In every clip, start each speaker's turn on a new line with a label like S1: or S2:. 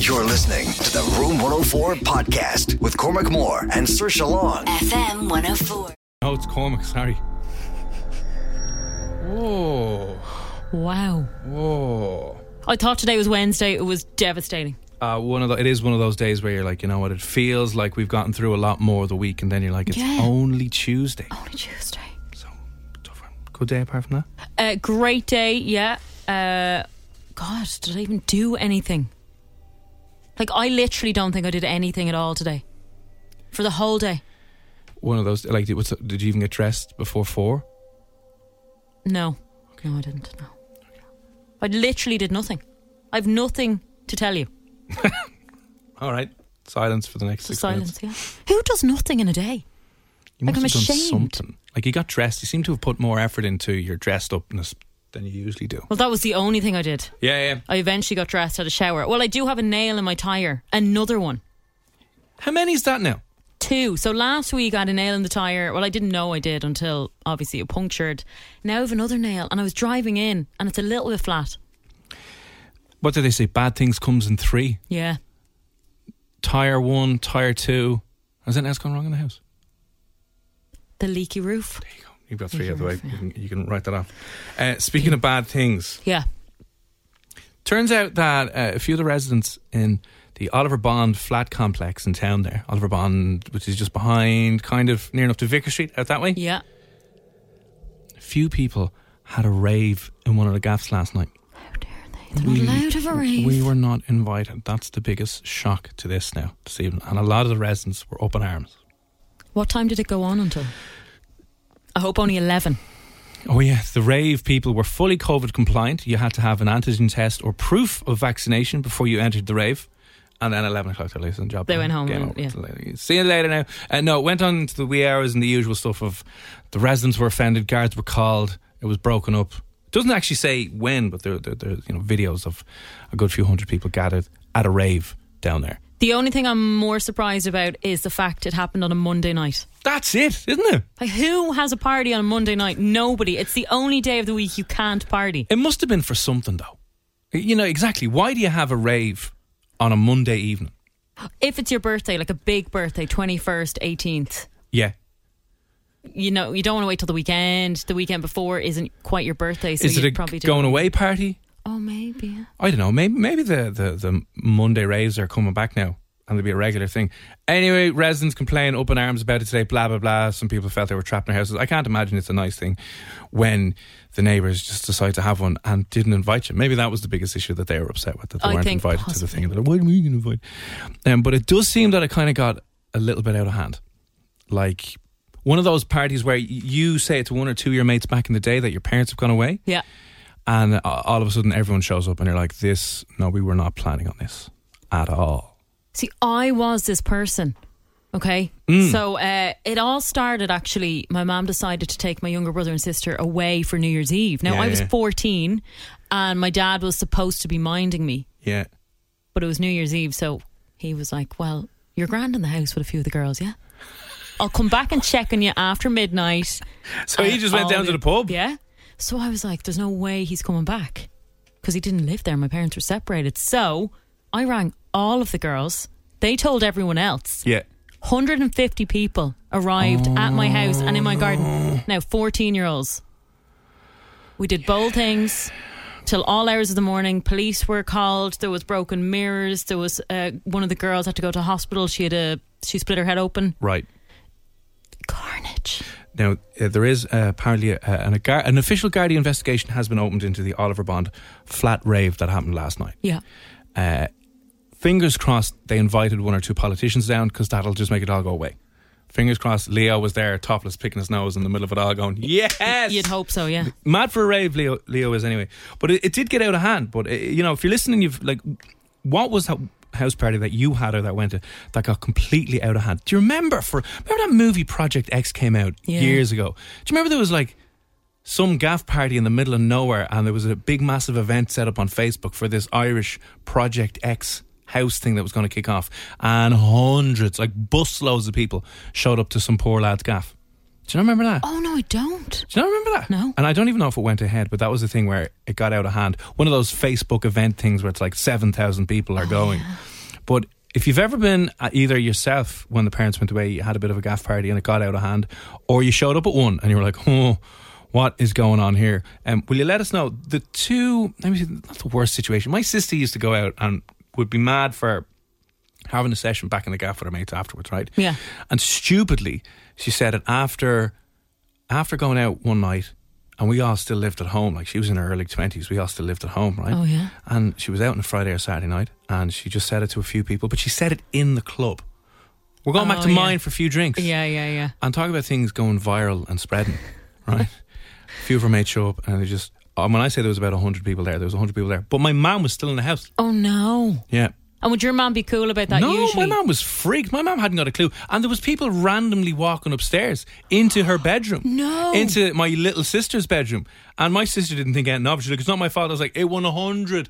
S1: You're listening to the Room 104 podcast with Cormac Moore and Sir Long.
S2: FM 104.
S3: Oh, it's Cormac, sorry. Whoa,
S4: Oh, Wow.
S3: whoa.
S4: I thought today was Wednesday. It was devastating.
S3: Uh, one of the, it is one of those days where you're like, you know what, it feels like we've gotten through a lot more of the week, and then you're like, it's
S4: Yeah.
S3: only Tuesday.
S4: Only Tuesday.
S3: So, tough one. Good day apart from that.
S4: A Uh, great day, yeah. Uh, God, did I even do anything? Like, I literally don't think I did anything at all today. For the whole day.
S3: One of those, like, did- what's, did you even get dressed before four?
S4: No. No, I didn't. No. I literally did nothing. I've nothing to tell you.
S3: All right. Silence for the next
S4: So
S3: six
S4: silence,
S3: minutes.
S4: yeah. Who does nothing in a day?
S3: You
S4: Like,
S3: must
S4: I'm
S3: have done
S4: ashamed.
S3: something. Like, you got dressed. You seem to have put more effort into your dressed upness than you usually do.
S4: Well, that was the only thing I did.
S3: Yeah, yeah.
S4: I eventually got dressed, had a shower. Well, I do have a nail in my tyre. Another one.
S3: How many's that now?
S4: Two. So last week I had a nail in the tire. Well, I didn't know I did until obviously it punctured. Now I have another nail, and I was driving in, and it's a little bit flat.
S3: What do they say? Bad things comes in three.
S4: Yeah,
S3: Tire one, tire two. Has anything else gone wrong in the house?
S4: the leaky roof.
S3: There you go. You've got three out of the way. You can, you can write that off. Uh, speaking of bad things,
S4: Yeah,
S3: turns out that uh, a few of the residents in the Oliver Bond flat complex in town there, Oliver Bond, which is just behind, kind of near enough to Vicar Street, out that way,
S4: yeah.
S3: few people had a rave in one of the gaffs last night.
S4: How dare they? They're not allowed to have a rave.
S3: We were not invited. That's the biggest shock to this now, this evening. And a lot of the residents were up in arms.
S4: What time did it go on until? I hope only eleven.
S3: Oh, yeah. The rave people were fully COVID compliant. You had to have an antigen test or proof of vaccination before you entered the rave. And then 11 o'clock, they left the job.
S4: They went home
S3: Game
S4: and-
S3: over.
S4: yeah.
S3: See you later now. Uh, no, it went on to the wee hours and the usual stuff of the residents were offended, guards were called, it was broken up. It doesn't actually say when, but there, there, there's you know, videos of a good few hundred people gathered at a rave down there.
S4: The only thing I'm more surprised about is the fact it happened on a Monday night.
S3: That's it, isn't it?
S4: Like, who has a party on a Monday night? Nobody. It's the only day of the week you can't party.
S3: It must have been for something, though. You know, exactly. Why do you have a rave on a Monday evening?
S4: If it's your birthday, like a big birthday, twenty first, eighteenth.
S3: Yeah.
S4: you know, you don't want to wait till the weekend. The weekend before isn't quite your birthday, so
S3: Is
S4: you
S3: it a
S4: probably do.
S3: going away party?
S4: Oh, maybe. yeah.
S3: I don't know. Maybe maybe the, the, the Monday raves are coming back now and they'll be a regular thing. Anyway, residents complain, up in arms about it today, blah, blah, blah. Some people felt they were trapped in their houses. I can't imagine it's a nice thing when the neighbours just decide to have one and didn't invite you. Maybe that was the biggest issue that they were upset with, that they
S4: I
S3: weren't
S4: think
S3: invited to the
S4: possibly.
S3: thing. They're like, why are we going to invite? Um, but it does seem that it kind of got a little bit out of hand. Like one of those parties where y- you say it to one or two of your mates back in the day that your parents have gone away.
S4: Yeah.
S3: And uh, all of a sudden, everyone shows up and you're like, this, no, we were not planning on this at all.
S4: See, I was this person. Okay.
S3: Mm.
S4: So uh, it all started actually. My mom decided to take my younger brother and sister away for New Year's Eve. Now,
S3: Yeah,
S4: I was
S3: yeah.
S4: 14 and my dad was supposed to be minding me,
S3: Yeah.
S4: but it was New Year's Eve. So he was like, Well, you're grand in the house with a few of the girls, yeah? I'll come back and check on you after midnight.
S3: So Oh, he
S4: And
S3: just went
S4: Uh, all
S3: down to the pub.
S4: Yeah. So I was like, there's no way he's coming back because he didn't live there. My parents were separated. So I rang all of the girls. They told everyone else.
S3: Yeah.
S4: 150 people arrived at my house and in my garden. Now, 14 year olds. We did bold things. till all hours of the morning. Police were called. There was broken mirrors. There was uh, one of the girls had to go to hospital. She had a she split her head open.
S3: Right.
S4: Carnage.
S3: Now, uh, there is uh, apparently uh, an, a gar- an official Guardian investigation has been opened into the Oliver Bond flat rave that happened last night.
S4: Yeah.
S3: Uh, fingers crossed they invited one or two politicians down because that'll just make it all go away. Fingers crossed Leo was there, topless, picking his nose in the middle of it all, going, Yes!
S4: You'd hope so. Yeah.
S3: mad for a rave leo leo is anyway but it, it did get out of hand but uh you know if you're listening you've like what was that house party that you had or that went to that got completely out of hand do you remember for remember that movie project x came out
S4: Yeah.
S3: years ago do you remember there was like some gaff party in the middle of nowhere and there was a big massive event set up on facebook for this irish project x house thing that was going to kick off and hundreds like busloads of people showed up to some poor lad's gaff do you remember that
S4: Oh no, I don't.
S3: do you not remember that?
S4: No.
S3: And I don't even know if it went ahead, but that was the thing where it got out of hand. One of those Facebook event things where it's like 7,000 people
S4: Oh,
S3: are going. But if you've ever been at either yourself when the parents went away, you had a bit of a gaff party and it got out of hand, or you showed up at one and you were like, oh, what is going on here? Um, will you let us know? The two, let me see, not the worst situation. My sister used to go out and would be mad for having a session back in the gaff with her mates afterwards, right?
S4: Yeah.
S3: And stupidly, she said it after after going out one night and we all still lived at home, like she was in her early 20s, we all still lived at home, right?
S4: Oh, yeah.
S3: And she was out on a Friday or Saturday night and she just said it to a few people, but she said it in the club. We're going back
S4: Oh,
S3: to
S4: yeah.
S3: mine for a few drinks.
S4: Yeah, yeah, yeah.
S3: And talk about things going viral and spreading, right? a few of her mates show up and they just, and when I say there was about 100 people there, there was 100 people there, but my mum was still in the house.
S4: Oh no.
S3: Yeah.
S4: And would your mom be cool about that?
S3: no,
S4: usually,
S3: my mum was freaked. My mum hadn't got a clue, and there was people randomly walking upstairs into her bedroom,
S4: No.
S3: into my little sister's bedroom, and my sister didn't think anything of it. She's like, "It's not my fault." I was like, "It one hundred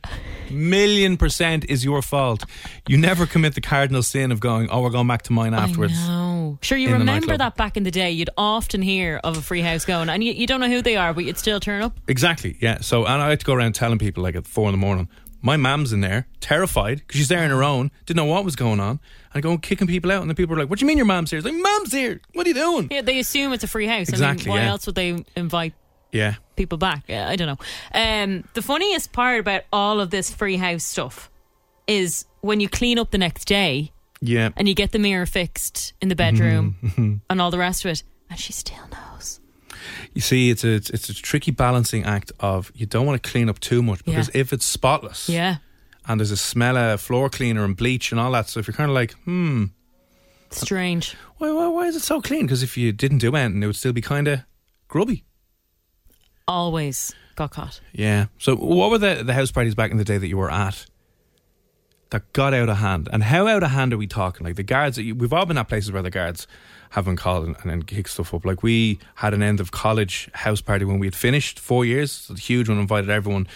S3: million percent is your fault. You never commit the cardinal sin of going, oh, we're going back to mine afterwards."
S4: I know. Sure, you
S3: in the
S4: remember
S3: nightclub.
S4: that back in the day. You'd often hear of a free house going, and you, you don't know who they are, but you'd still turn up.
S3: Exactly. Yeah. So, and I had to go around telling people like at four in the morning. My mum's in there, terrified because she's there on her own, didn't know what was going on, and going kicking people out. And the people were like, "What do you mean your mum's here?" It's like, "Mum's here. What are you doing?"
S4: Yeah, they assume it's a free house. I
S3: Exactly,
S4: mean, why
S3: yeah.
S4: else would they invite
S3: yeah.
S4: people back? Uh, I don't know. Um, the funniest part about all of this free house stuff is when you clean up the next day
S3: Yeah.
S4: and you get the mirror fixed in the
S3: Mm-hmm.
S4: bedroom and all the rest of it, and she still knows.
S3: You see, it's a it's, it's a tricky balancing act of you don't want to clean up too much because
S4: Yeah.
S3: if it's spotless,
S4: Yeah,
S3: and there's a smell of floor cleaner and bleach and all that stuff, you're kind of like, hmm,
S4: strange.
S3: why why, why is it so clean? Because if you didn't do anything, it would still be kind of grubby.
S4: Always got caught.
S3: Yeah. So, what were the the house parties back in the day that you were at? That got out of hand, and how out of hand are we talking? Like the guards, we've all been at places where the guards have been called and, and then kick stuff up. Like we had an end of college house party when we had finished four years, so the huge one, invited everyone,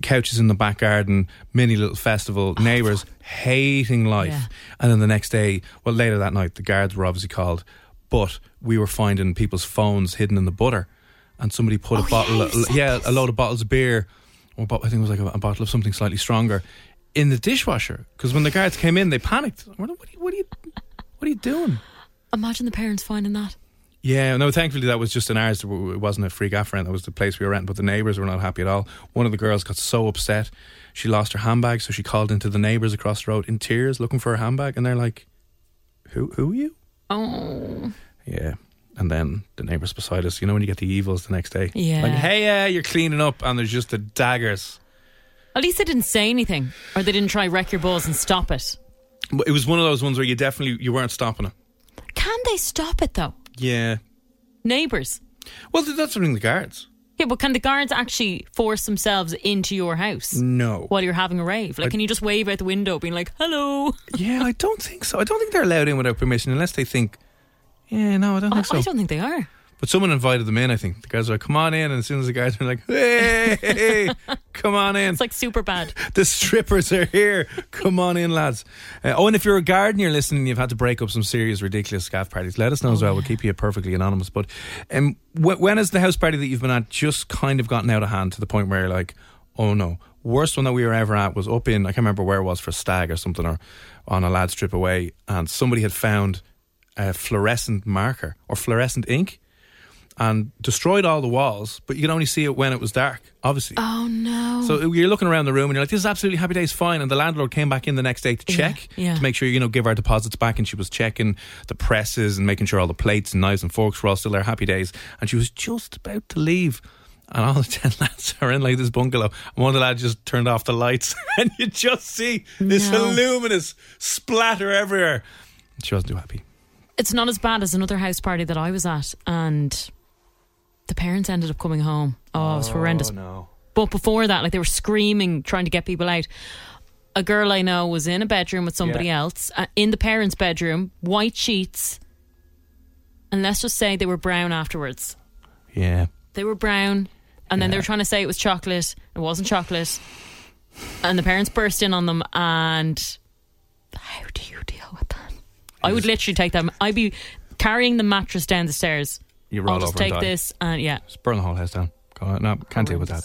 S3: couches in the back garden, mini little festival, neighbors hating life,
S4: Yeah.
S3: and then the next day, well, later that night, the guards were obviously called, but we were finding people's phones hidden in the butter, and somebody put a bottle, yeah, a load of bottles of beer, or bo- I think it was like a, a bottle of something slightly stronger, in the dishwasher. Because when the guards came in, they panicked. We're like, What are you, what are you, what are you doing?
S4: Imagine the parents finding that.
S3: Yeah, no, thankfully that was just in ours. It wasn't a free gaff rent. That was the place we were renting, but the neighbours were not happy at all. One of the girls got so upset, she lost her handbag, so she called into the neighbours across the road in tears looking for her handbag, and they're like, who, who are you?
S4: Oh,
S3: Yeah. And then the neighbours beside us, you know, when you get the evils the next day.
S4: Yeah.
S3: Like, hey, uh, you're cleaning up, and there's just the daggers.
S4: at least they didn't say anything, or they didn't try wreck your balls and stop it.
S3: But It was one of those ones where you definitely you weren't stopping it.
S4: Can they stop it though?
S3: Yeah.
S4: Neighbours.
S3: Well, th- that's something the guards.
S4: Yeah, but can the guards actually force themselves into your house
S3: No.
S4: while you're having a rave? Like,
S3: Mm. I-
S4: can you just wave out the window, being like, "Hello"?
S3: Yeah, I don't think so. I don't think they're allowed in without permission unless they think. Yeah, no, I don't
S4: I,
S3: think so.
S4: Oh, I don't think they are.
S3: But someone invited them in. I think the guys were like, "Come on in!" And as soon as the guys were like, "Hey, come on in!"
S4: It's like super bad.
S3: the strippers are here. Come on in, lads. Uh, oh, and if you're a guard and you're listening, and you've had to break up some serious, ridiculous scaff parties. Let us know as well. We'll keep you perfectly anonymous. But um, wh- when has the house party that you've been at just kind of gotten out of hand to the point where you're like, oh no? Worst one that we were ever at was up in I can't remember where it was for Stag or something or on a lad's trip away, and somebody had found a fluorescent marker or fluorescent ink and destroyed all the walls, but you could only see it when it was dark, obviously.
S4: Oh no.
S3: So you're looking around the room and you're like, this is absolutely happy days, fine. And the landlord came back in the next day to
S4: Yeah,
S3: check
S4: yeah.
S3: to make sure, you know, give our deposits back. And she was checking the presses and making sure all the plates and knives and forks were all still there, happy days. And she was just about to leave. And all the 10 lads are in like this bungalow. And one of the lads just turned off the lights and you just see this
S4: No.
S3: luminous splatter everywhere. She wasn't too happy.
S4: it's not as bad as another house party that I was at, and the parents ended up coming home. Oh, it was horrendous.
S3: no.
S4: But before that, like they were screaming, trying to get people out. A girl I know was in a bedroom with somebody
S3: Yeah.
S4: else, uh, in the parents' bedroom, white sheets, and let's just say they were brown afterwards.
S3: Yeah.
S4: They were brown, and then they were trying to say it was chocolate. It wasn't chocolate, and the parents burst in on them. And how do you deal with that? I would literally take them. I'd be carrying the mattress down the stairs.
S3: You roll
S4: I'll just
S3: over and
S4: take
S3: die.
S4: this, and yeah,
S3: Just burn the whole house down. Go on. No, can't deal with that.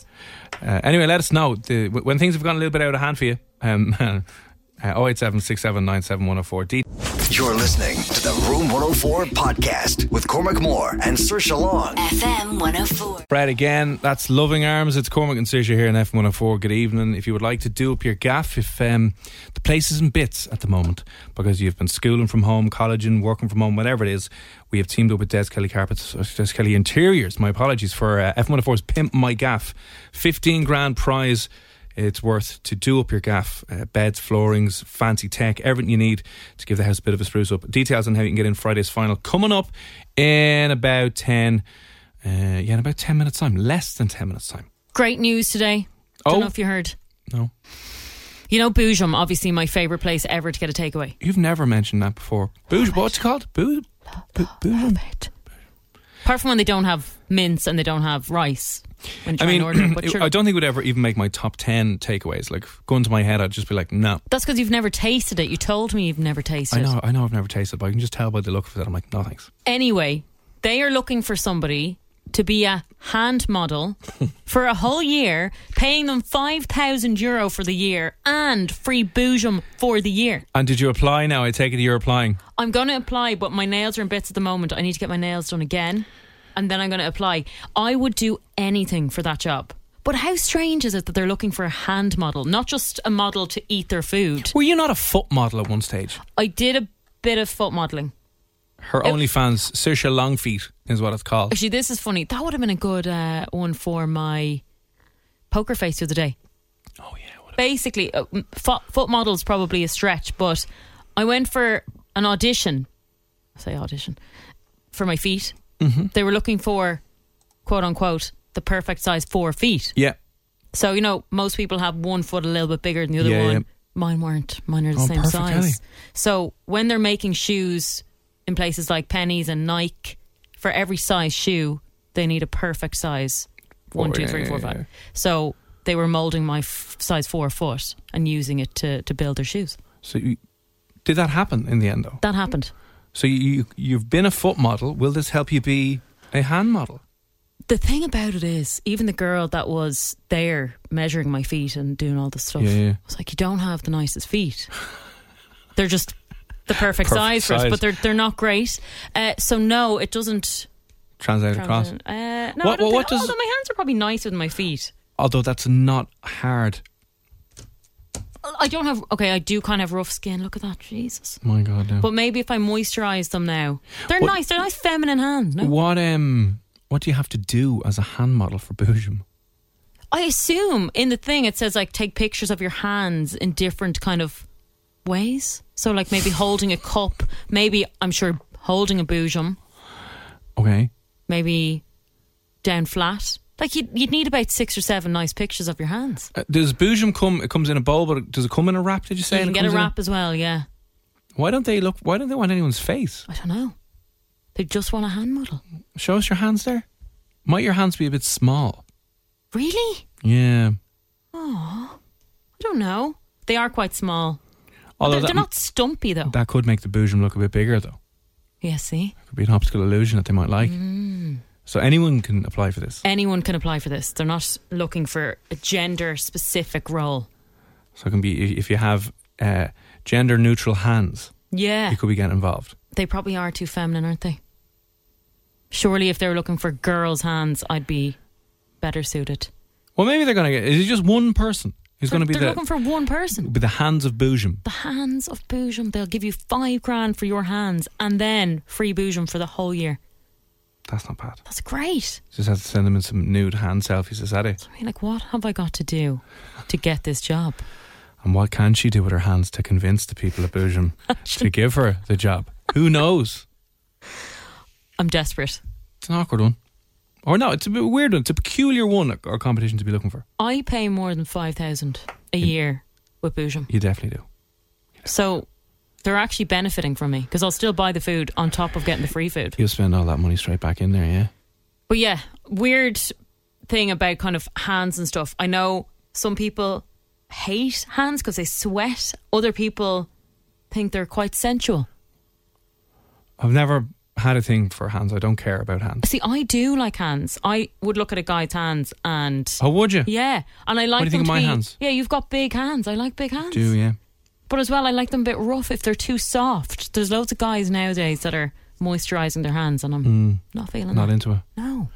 S3: Uh, anyway, let us know the, w- when things have gone a little bit out of hand for you. Um, uh, 087 D.
S1: You're listening to the Room 104 podcast with Cormac Moore and Sir Long.
S2: FM 104.
S3: Brad again. That's Loving Arms. It's Cormac and Saoirse here in F104. Good evening. If you would like to do up your gaff, if um, the place is in bits at the moment because you've been schooling from home, colleging, working from home, whatever it is, we have teamed up with Des Kelly Carpets, uh, Des Kelly Interiors. My apologies for uh, F104's Pimp My Gaff. 15 grand prize. It's worth to do up your gaff, uh, beds, floorings, fancy tech, everything you need to give the house a bit of a spruce up. Details on how you can get in Friday's final coming up in about 10 uh, yeah, in about 10 minutes' time, less than 10 minutes' time.
S4: great news today. Don't
S3: Oh.
S4: know if you heard.
S3: No.
S4: You know, Boojum, obviously my favorite place ever to get a takeaway.
S3: You've never mentioned that before. Bouge, what's it called? Bouge? Bouge?
S4: Apart from when they don't have mince and they don't have rice. When you
S3: I
S4: try
S3: mean,
S4: and order, it, but sure,
S3: I don't think it would ever even make my top 10 takeaways. Like, going to my head, I'd just be like, no.
S4: that's because you've never tasted it. You told me you've never tasted
S3: I
S4: it.
S3: know, I know I've never tasted it, but I can just tell by the look of it. I'm like, no thanks.
S4: Anyway, they are looking for somebody to be a hand model for a whole year, paying them 5,000 euro for the year and free boojum for the year.
S3: And did you apply now? I take it you're applying.
S4: I'm going to apply, but my nails are in bits at the moment. I need to get my nails done again and then I'm going to apply. I would do anything for that job. But how strange is it that they're looking for a hand model, not just a model to eat their food?
S3: Were you not a foot model at one stage?
S4: I did a bit of foot modelling.
S3: Her OnlyFans, Saoirse Longfeet is what it's called.
S4: Actually, this is funny. That would have been a good uh, one for my poker face the other day.
S3: Oh, yeah. what
S4: Basically, uh, m- fo- foot model's probably a stretch, but I went for an audition. I say audition for my feet. Mm-hmm. They were looking for, quote unquote, the perfect size four feet.
S3: a- Yeah.
S4: So you know, most people have one foot a little bit bigger than the other
S3: Yeah,
S4: one.
S3: yeah.
S4: Mine weren't. Mine are the
S3: Oh,
S4: same
S3: perfect,
S4: size.
S3: Ellie.
S4: So when they're making shoes in places like Penny's and Nike, for every size shoe, they need a perfect size one,
S3: Four,
S4: two,
S3: yeah,
S4: three,
S3: yeah,
S4: four, five.
S3: yeah, yeah.
S4: So they were molding my f- size four foot and using it to to build their shoes.
S3: So, you, did that happen in the end, though?
S4: That happened.
S3: So, you, you've been a foot model. Will this help you be a hand model?
S4: The thing about it is, even the girl that was there measuring my feet and doing all this stuff
S3: Yeah, yeah.
S4: was like, "You don't have the nicest feet. they're just the perfect,
S3: Perfect
S4: size for us,
S3: size.
S4: but they're they're not great. Uh, so no, it doesn't.
S3: Translate across.
S4: Uh, no, I
S3: What-
S4: don't
S3: what- what
S4: think-
S3: does-
S4: although my hands are probably nicer than my feet.
S3: although that's not hard.
S4: I don't have. Okay, I do kind of have rough skin. Look at that, Jesus.
S3: My God, no.
S4: But maybe if I moisturise them now, they're
S3: What-
S4: nice. They're nice, feminine hands. No,
S3: what um, what do you have to do as a hand model for Boojum?
S4: I assume in the thing it says like take pictures of your hands in different kind of ways. So like maybe holding a cup, maybe I'm sure holding a boojum,
S3: Okay,
S4: maybe down flat. Like you'd, you'd need about six or seven nice pictures of your hands.
S3: uh, does Boojum come? It comes in a bowl, but it- does it come in a wrap? Did you say?
S4: you
S3: and
S4: can get a
S3: it comes in
S4: wrap as well, yeah.
S3: why don't they look? Why don't they want anyone's face?
S4: I don't know. They just want a hand model.
S3: Show us your hands there. Might your hands be a bit small?
S4: Really?
S3: Yeah.
S4: I don't know. They are quite small.
S3: Although
S4: They're,
S3: that,
S4: they're not stumpy though.
S3: that could make the Boojum look a bit bigger, though.
S4: yeah, see?
S3: Could be an optical illusion that they might like.
S4: Mm.
S3: So anyone can apply for this.
S4: Anyone can apply for this. They're not looking for a gender specific role.
S3: So it can be if- if you have uh, gender neutral hands,
S4: Yeah.
S3: you could be getting involved.
S4: They probably are too feminine, aren't they? Surely, if they were looking for girls' hands, I'd be better suited.
S3: Well, maybe they're going to get. Is it just one person who's
S4: They're-
S3: going to be
S4: they're
S3: the
S4: looking for one person.
S3: be the hands of Boojum?
S4: The hands of Boojum. They'll give you five grand for your hands, and then free Boojum for the whole year.
S3: That's not bad.
S4: That's great.
S3: Just have to send them in some nude hand selfies. Is that it?
S4: I mean, like, what have I got to do to get this job?
S3: And what can she do with her hands to convince the people at Boojum to give her the job? Who knows?
S4: I'm desperate.
S3: It's an awkward one. Or no, it's a bit weird one. It's a peculiar one, a- or competition to be looking for.
S4: I pay more than five thousand a year with Boojum,
S3: You definitely do.
S4: so they're actually benefiting from me because I'll still buy the food on top of getting the free food.
S3: You'll spend all that money straight back in there, yeah?
S4: But yeah, weird thing about kind of hands and stuff. I know some people hate hands because they sweat. Other people think they're quite sensual.
S3: I've never had a thing for hands. I don't care about hands.
S4: See, I do like hands. I would look at a guy's hands and
S3: Oh, would you?
S4: yeah, and I like
S3: What do you
S4: them
S3: think of
S4: to
S3: my
S4: be-
S3: hands?
S4: Yeah, you've got big hands. I like big hands.
S3: Do yeah.
S4: But as well, I like them a bit rough if they're too soft. There's loads of guys nowadays that are moisturising their hands, and I'm not feeling
S3: Mm. Not
S4: that.
S3: into it.
S4: no.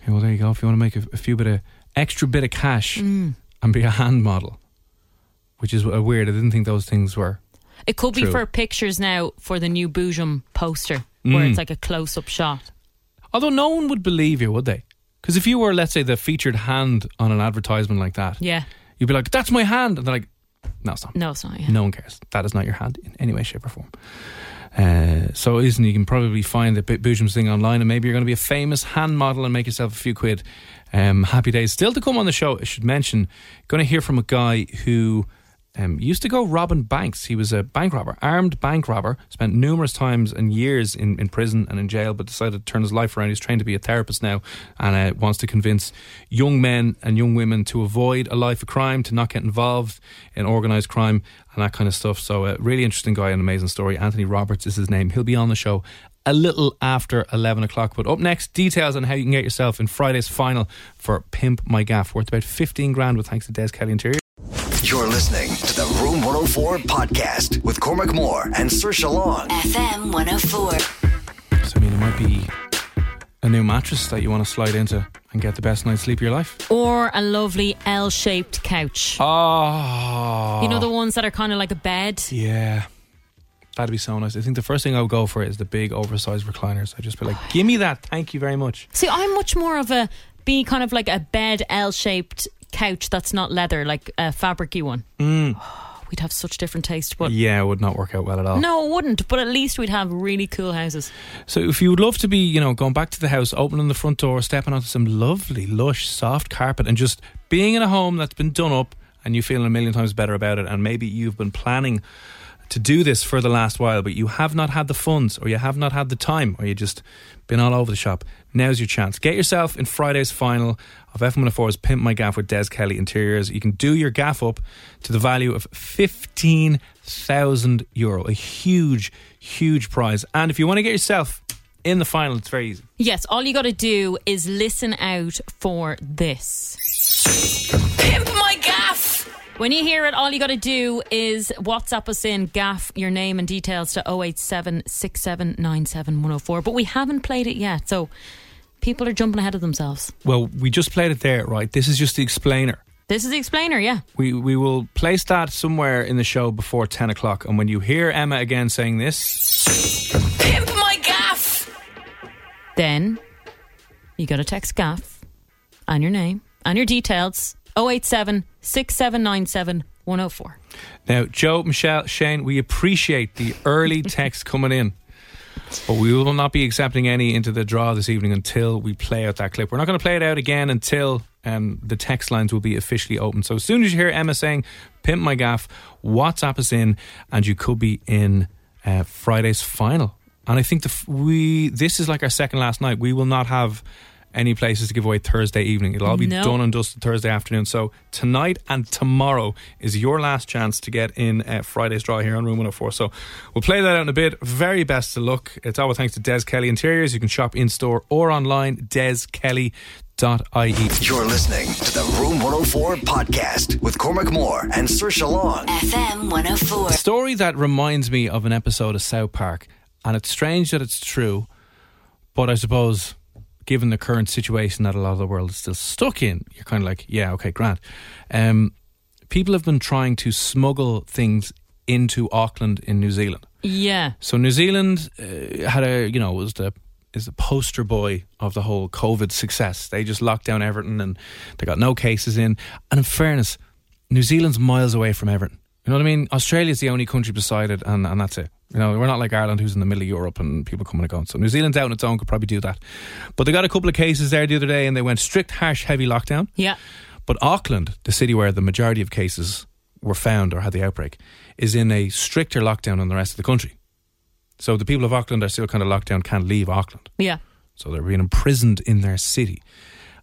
S3: Okay, well there you go. If you want to make a, a few bit of extra bit of cash and be a hand model, which is uh, weird. I didn't think those things were.
S4: It could be
S3: True.
S4: for pictures now for the new Boojum poster, where
S3: Mm.
S4: it's like a close up shot.
S3: Although no one would believe you, would they? Because if you were, let's say, the featured hand on an advertisement like that,
S4: Yeah.
S3: you'd be like, "That's my hand," and they're like, "No, it's not.
S4: No, it's not. Yeah.
S3: No one cares. That is not your hand in any way, shape, or form." Uh, so, isn't you can probably find the Bo- Boojum's thing online, and maybe you're going to be a famous hand model and make yourself a few quid. Um, happy days still to come on the show. I should mention, going to hear from a guy who um, used to go robbing banks. He was a bank robber, armed bank robber. Spent numerous times and years in, in prison and in jail, but decided to turn his life around. He's trained to be a therapist now, and uh, wants to convince young men and young women to avoid a life of crime, to not get involved in organised crime and that kind of stuff. So, a really interesting guy, an amazing story. Anthony Roberts is his name. He'll be on the show a little after 11 o'clock. But up next, details on how you can get yourself in Friday's final for Pimp My Gaff, worth about 15 grand with thanks to Des Kelly Interior.
S1: You're listening to the Room 104 podcast with Cormac Moore and Sir Long.
S2: FM 104.
S3: So, I mean, it might be a new mattress that you want to slide into and get the best night's sleep of your life.
S4: Or a lovely L shaped couch.
S3: Oh,
S4: You know, the ones that are kind of like a bed.
S3: yeah. That'd be so nice. I think the first thing I would go for is the big oversized recliners. I'd just be like, give me that. Thank you very much.
S4: See, I'm much more of a be kind of like a bed L shaped couch that's not leather, like a fabricy one. We'd have such different taste, but
S3: Mm. Yeah, it would not work out well at all.
S4: no, it wouldn't. But at least we'd have really cool houses.
S3: So if you would love to be, you know, going back to the house, opening the front door, stepping onto some lovely, lush, soft carpet and just being in a home that's been done up and you feeling a million times better about it and maybe you've been planning to do this for the last while but you have not had the funds or you have not had the time or you just been all over the shop now's your chance get yourself in Friday's final of F104's Pimp My Gaff with Des Kelly Interiors you can do your gaff up to the value of 15,000 euro a huge huge prize and if you want to get yourself in the final it's very easy
S4: Yes, all you got to do is listen out for this. Pimp my gaff! When you hear it, all you got to do is WhatsApp us in gaff, your name and details to 087 6797104. But we haven't played it yet, so people are jumping ahead of themselves.
S3: well we just played it there right this is just the explainer
S4: This is the explainer, yeah.
S3: We we will place that somewhere in the show before ten o'clock. And when you hear Emma again saying this,
S4: Pimp my gaff! Then you got to text gaff and your name and your details 087 6797104.
S3: now Joe, Michelle, Shane, we appreciate the early text coming in. But we will not be accepting any into the draw this evening until we play out that clip. We're not going to play it out again until um, the text lines will be officially open. So as soon as you hear Emma saying "pimp my gaff," WhatsApp us in, and you could be in uh, Friday's final. And I think the f- we this is like our second last night. We will not have any places to give away Thursday evening. It'll all be
S4: No.
S3: done and dusted Thursday afternoon. So tonight and tomorrow is your last chance to get in uh, Friday's draw here on Room 104. So we'll play that out in a bit. Very best of luck. It's all thanks to Des Kelly Interiors. You can shop in store or online, deskelly.ie.
S1: You're listening to the Room 104 podcast with Cormac Moore and Sir Long.
S2: FM 104.
S3: A story that reminds me of an episode of South Park, and it's strange that it's true, but I suppose given the current situation that a lot of the world is still stuck in, you're kind of like, yeah, okay, grant. Um, people have been trying to smuggle things into Auckland in New Zealand.
S4: Yeah.
S3: So New Zealand uh, had a, you know, was the is the poster boy of the whole COVID success. They just locked down Everton and they got no cases in. And in fairness, New Zealand's miles away from Everton. You know what I mean? Australia's the only country beside it, and, and that's it. You know, we're not like Ireland, who's in the middle of Europe and people coming and going. So New Zealand's out on its own, could probably do that. But they got a couple of cases there the other day, and they went strict, harsh, heavy lockdown.
S4: Yeah.
S3: But Auckland, the city where the majority of cases were found or had the outbreak, is in a stricter lockdown than the rest of the country. So the people of Auckland are still kind of locked down, can't leave Auckland.
S4: Yeah.
S3: So they're being imprisoned in their city.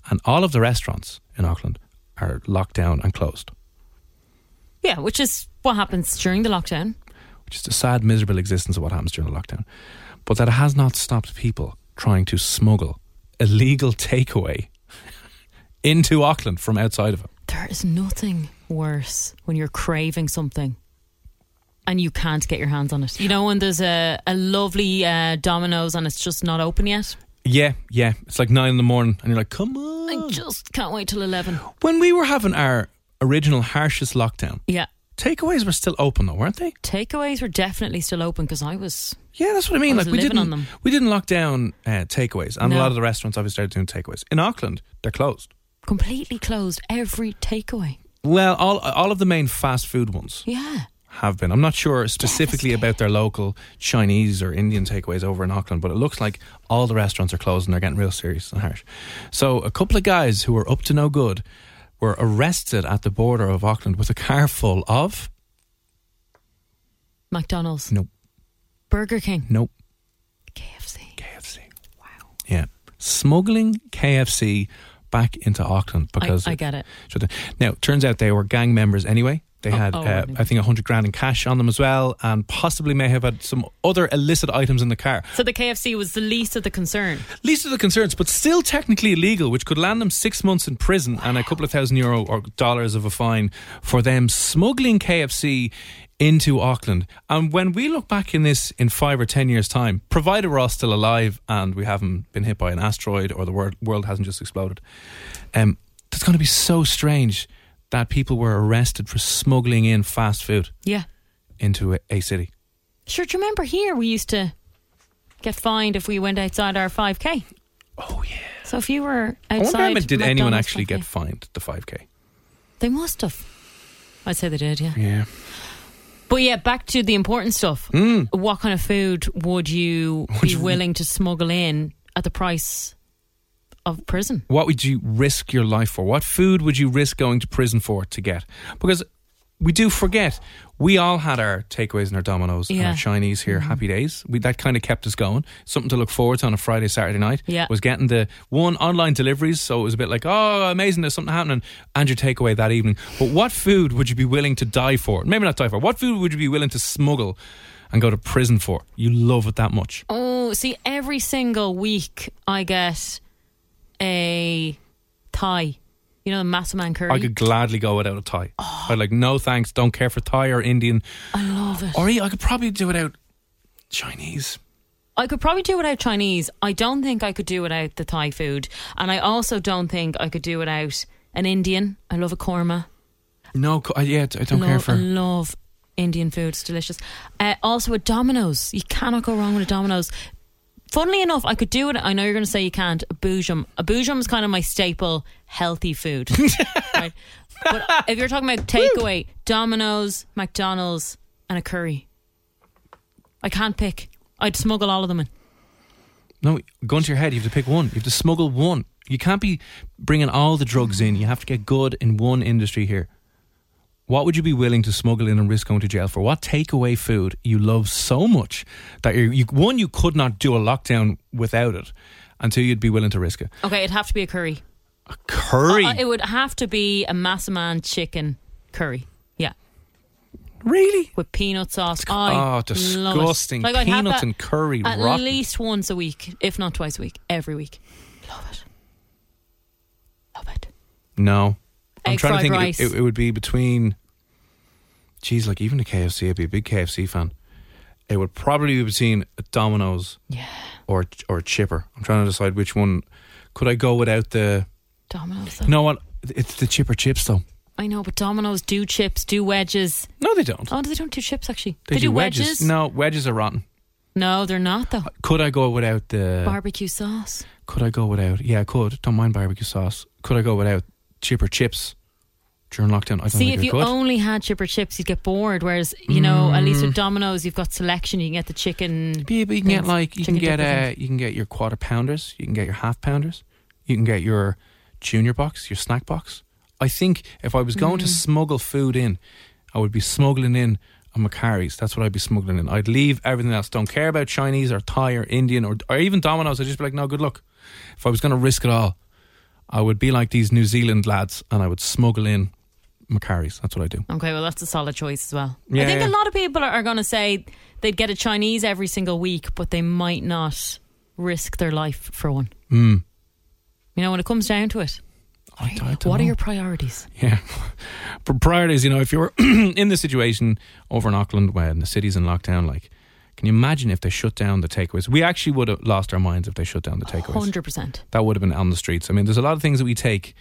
S3: And all of the restaurants in Auckland are locked down and closed,
S4: Yeah, which is what happens during the lockdown.
S3: which is the sad, miserable existence of what happens during the lockdown. But that has not stopped people trying to smuggle illegal takeaway into Auckland from outside of it.
S4: There is nothing worse when you're craving something and you can't get your hands on it. You know, when there's a, a lovely uh, Domino's and it's just not open yet?
S3: Yeah, yeah. It's like nine in the morning, and you're like, come
S4: I
S3: on.
S4: just can't wait till 11.
S3: When we were having our original harshest lockdown,
S4: Yeah.
S3: takeaways were still open though, weren't they?
S4: Takeaways were definitely still open because I was.
S3: Yeah, that's what I mean.
S4: I was
S3: like we
S4: living
S3: didn't
S4: on them.
S3: we didn't lock down uh, takeaways, and a
S4: No.
S3: lot of the restaurants obviously started doing takeaways. In Auckland, they're closed.
S4: completely closed every takeaway.
S3: Well, all all of the main fast food ones
S4: Yeah.
S3: have been. I'm not sure specifically about their local Chinese or Indian takeaways over in Auckland, but it looks like all the restaurants are closed and they're getting real serious and harsh. So a couple of guys who were up to no good were arrested at the border of Auckland with a car full of
S4: McDonald's,
S3: no,
S4: Burger King,
S3: no
S4: KFC.
S3: KFC. Wow. Yeah. Smuggling KFC back into Auckland because
S4: I, I get it.
S3: Sure thing. Now, turns out they were gang members anyway. They
S4: Oh,
S3: had,
S4: oh,
S3: uh,
S4: right.
S3: I think, 100 grand in cash on them as well, and possibly may have had some other illicit items in the car.
S4: So the KFC was the least of the concern.
S3: Least of the concerns, but still technically illegal, which could land them six months in prison and a couple of thousand euro or dollars of a fine for them smuggling KFC into Auckland. And when we look back in this in five or ten years' time, provided we're all still alive and we haven't been hit by an asteroid or the world, world hasn't just exploded, um, that's going to be so strange that people were arrested for smuggling in fast food
S4: Yeah.
S3: into a, a city.
S4: Sure, do you remember here we used to get fined if we went outside our 5K?
S3: Oh, yeah.
S4: So if you were
S3: I
S4: outside.
S3: wonder how much did anyone
S4: McDonald's
S3: actually
S4: 5K?
S3: get fined the 5K?
S4: They must have. I'd say they did, yeah.
S3: Yeah.
S4: But yeah, back to the important stuff.
S3: Hmm.
S4: What kind of food would you be willing to smuggle in at the price of prison?
S3: what would you risk your life for? What food would you risk going to prison for to get? Because we do forget we all had our takeaways and our dominoes and
S4: Yeah. Mm-hmm.
S3: our Chinese here happy days. We, that kind of kept us going. Something to look forward to on a Friday, Saturday night.
S4: Yeah.
S3: Was getting the one online deliveries. So it was a bit like, oh, amazing, there's something happening. And your takeaway that evening. But what food would you be willing to die for? Maybe not die for. What food would you be willing to smuggle and go to prison for? You love it that much.
S4: Oh, see, every single week I get a Thai. You know, the Massaman curry.
S3: I could gladly go without a tie.
S4: Oh.
S3: I'd like, no thanks, don't care for Thai or Indian.
S4: I love it.
S3: Or yeah, I could probably do without Chinese.
S4: I could probably do without Chinese. I don't think I could do without the Thai food, and I also don't think I could do without an Indian. I love a korma.
S3: No, co- I- yeah, I don't
S4: love,
S3: care
S4: I
S3: for.
S4: love Indian food. It's delicious. Uh, also, a Domino's. You cannot go wrong with a Domino's. Funnily enough, I could do it. I know you're going to say you can't. A boujum. A boujum is kind of my staple healthy food. right? But if you're talking about takeaway, Domino's, McDonald's, and a curry, I can't pick. I'd smuggle all of them in.
S3: No, gun to your head. You have to pick one. You have to smuggle one. You can't be bringing all the drugs in. You have to get good in one industry here. What would you be willing to smuggle in and risk going to jail for? What takeaway food you love so much that you're, you one you could not do a lockdown without it, and two you'd be willing to risk it.
S4: Okay, it'd have to be a curry.
S3: A curry,
S4: Uh, it would have to be a Massaman chicken curry. Yeah.
S3: really?
S4: with peanut sauce.
S3: oh,
S4: I love it.
S3: disgusting.
S4: Like, I'd have
S3: Peanuts
S4: that
S3: and curry,
S4: At
S3: rotten.
S4: least once a week, if not twice a week, every week. Love it. Love it.
S3: No. I'm
S4: Egg
S3: trying to
S4: fried
S3: think. it-
S4: rice.
S3: It, it would be between. Geez, like even a KFC, I'd be a big KFC fan. It would probably be between a Domino's
S4: Yeah.
S3: or or chipper. I'm trying to decide which one. Could I go without the?
S4: Dominoes. Though.
S3: No, what? It's the chipper chips though.
S4: I know, but Dominoes do chips, do wedges.
S3: No, they don't.
S4: Oh, they don't do chips actually. They, do, wedges.
S3: No, Uh, wedges are rotten.
S4: No, they're not though.
S3: Could I go without the?
S4: Barbecue sauce.
S3: could I go without? Yeah, I could. Don't mind barbecue sauce. Could I go without chipper chips during lockdown? I don't
S4: See,
S3: think
S4: if
S3: I
S4: you
S3: could.
S4: only had chipper chips, you'd get bored. Whereas, you know, at least with
S3: Mm.
S4: Domino's, you've got selection. You can get the chicken.
S3: Yeah, but you can get
S4: things,
S3: like you
S4: chicken
S3: can get
S4: dippers
S3: uh, you can get your quarter pounders, you can get your half pounders, you can get your junior box, your snack box. I think if I was going to
S4: Mm.
S3: smuggle food in, I would be smuggling in a Macari's. That's what I'd be smuggling in. I'd leave everything else. Don't care about Chinese or Thai or Indian or or even Domino's. I'd just be like, no, good luck. If I was going to risk it all, I would be like these New Zealand lads and I would smuggle in Macari's. That's what I do.
S4: and- Okay, well, that's a solid choice as well.
S3: Yeah,
S4: I think
S3: yeah.
S4: a lot of people are, are going to say they'd get a Chinese every single week, but they might not risk their life for one. You know, when it comes down to it,
S3: I- Hmm. I don't
S4: what are
S3: know.
S4: your priorities?
S3: Yeah. But priorities, you know, if you're in the situation over in Auckland when the city's in lockdown, like, can you imagine if they shut down the takeaways? We actually would have lost our minds if they shut down the takeaways.
S4: 100%.
S3: That would have been on the streets. I mean, there's a lot of things that we take.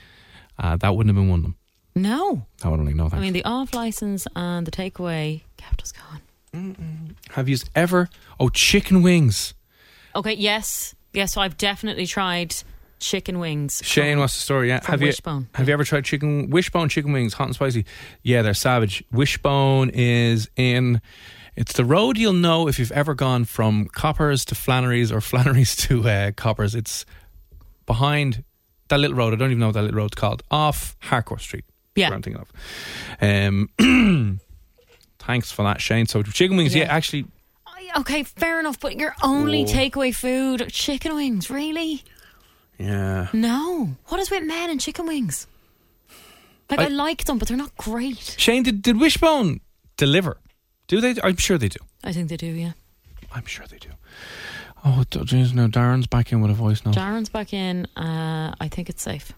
S3: Uh, that wouldn't have been one of them.
S4: No.
S3: I would have been like, no
S4: I
S3: thanks.
S4: mean, the off license and the takeaway kept us going.
S3: have you ever. Oh, chicken wings.
S4: Okay, yes. Yes, I've definitely tried chicken wings.
S3: Shane, what's the story? Yeah.
S4: From
S3: have you
S4: Wishbone.
S3: have you ever tried chicken wishbone chicken wings, hot and spicy? Yeah, they're savage. Wishbone is in it's the road you'll know if you've ever gone from Coppers to Flannery's or Flannery's to uh, Coppers. It's behind that little road. I don't even know what that little road's called. Off Harcourt Street. is
S4: Yeah.
S3: what I'm thinking of. Um, thanks for that, Shane. So chicken wings, yeah,
S4: Yeah.
S3: actually,
S4: Okay, fair enough, but your only
S3: Oh.
S4: takeaway food, chicken wings, really?
S3: yeah.
S4: No. What is with men and chicken wings? Like I,
S3: I-
S4: like them, but they're not great.
S3: Shane, did, did Wishbone deliver? Do they? I'm sure they do.
S4: I think they do, yeah.
S3: I'm sure they do. Oh, d- jeez, no, Darren's back in with a voice now.
S4: Darren's back in. Uh, I think it's safe.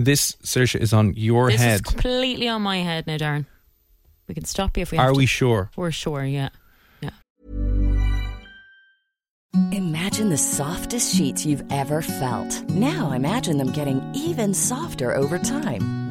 S3: This, Saoirse, is on your
S4: this
S3: head.
S4: is completely on my head now, Darren. We can stop you if we have
S3: Are
S4: to.
S3: we sure?
S4: We're sure, yeah. Yeah.
S5: Imagine the softest sheets you've ever felt. Now imagine them getting even softer over time.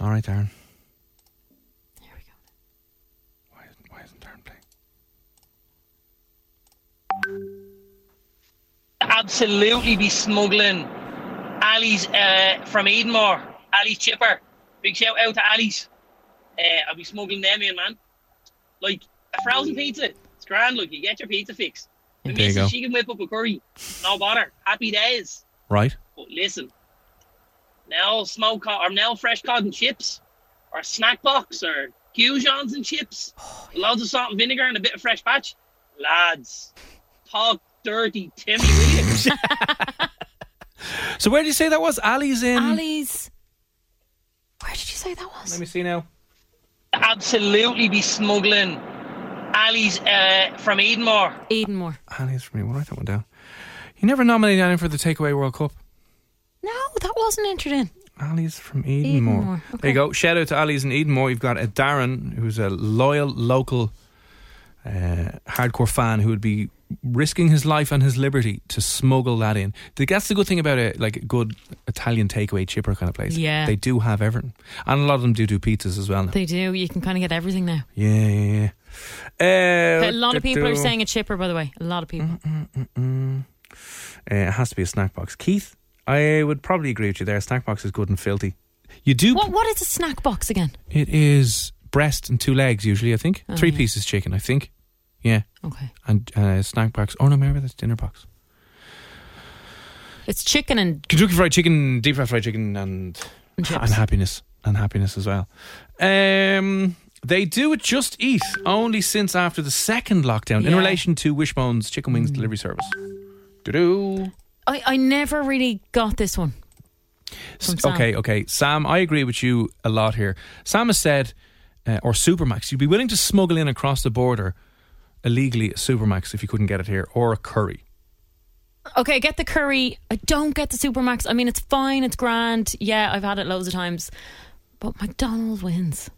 S3: All right, Darren.
S4: Here we go.
S3: Why, isn't- why isn't Darren playing?
S6: Absolutely be smuggling Ali's uh, from Edenmore, Ali's Chipper. Big shout out to Ali's. Uh, I'll be smuggling them in, man. Like a frozen pizza. It's grand, look, you get your pizza fix. The
S3: There you
S6: missus,
S3: go.
S6: she can whip up a curry. No bother. Happy days.
S3: Right?
S6: But listen, now smoke or now fresh cod and chips, or a snack box, or goujons and chips, loads of salt and vinegar and a bit of fresh batch, lads. Talk dirty, Timmy. Will you?
S3: So where did you say that was? Ali's in.
S4: Ali's. Where did you say that was?
S3: Let me see now.
S6: Absolutely be smuggling Ali's uh, from Edenmore.
S4: Edenmore.
S3: Ali's from me. We'll write that one down. You never nominated anyone for the Takeaway World Cup.
S4: No, that wasn't entered in.
S3: Ali's from Edenmore.
S4: Edenmore,
S3: There you go. Shout out to Ali's in Edenmore. You've got a Darren, who's a loyal local uh, hardcore fan who would be risking his life and his liberty to smuggle that in. The- That's the good thing about a like a good Italian takeaway chipper kind of place.
S4: Yeah.
S3: They do have everything. And a lot of them do do pizzas as well now.
S4: They do. You can kind of get everything now.
S3: yeah, yeah, yeah. Uh,
S4: a lot of people are
S3: do-do.
S4: saying a chipper, by the way. A lot of people.
S3: Mm. Uh, it has to be a snack box. Keith, I would probably agree with you there. A snack box is good and filthy. You do.
S4: What What is a snack box again?
S3: It is breast and two legs usually. I think
S4: Oh,
S3: three
S4: yeah.
S3: pieces chicken. I think. Yeah.
S4: Okay.
S3: And uh, snack box. Oh no, remember that's dinner box.
S4: It's chicken and
S3: Kentucky Fried Chicken, deep fried fried chicken, and
S4: And chips.
S3: and happiness and happiness as well. Um, they do it just eat only since after the second lockdown in
S4: Yeah. Mm.
S3: relation to Wishbone's chicken wings delivery service. Do do.
S4: I, I never really got this one. From Sam.
S3: Okay, okay. Sam, I agree with you a lot here. Sam has said, uh, or Supermax, you'd be willing to smuggle in across the border illegally a Supermax if you couldn't get it here, or a curry.
S4: Okay, I get the curry. I don't get the supermax. I mean, it's fine. It's grand. Yeah, I've had it loads of times. But McDonald's wins.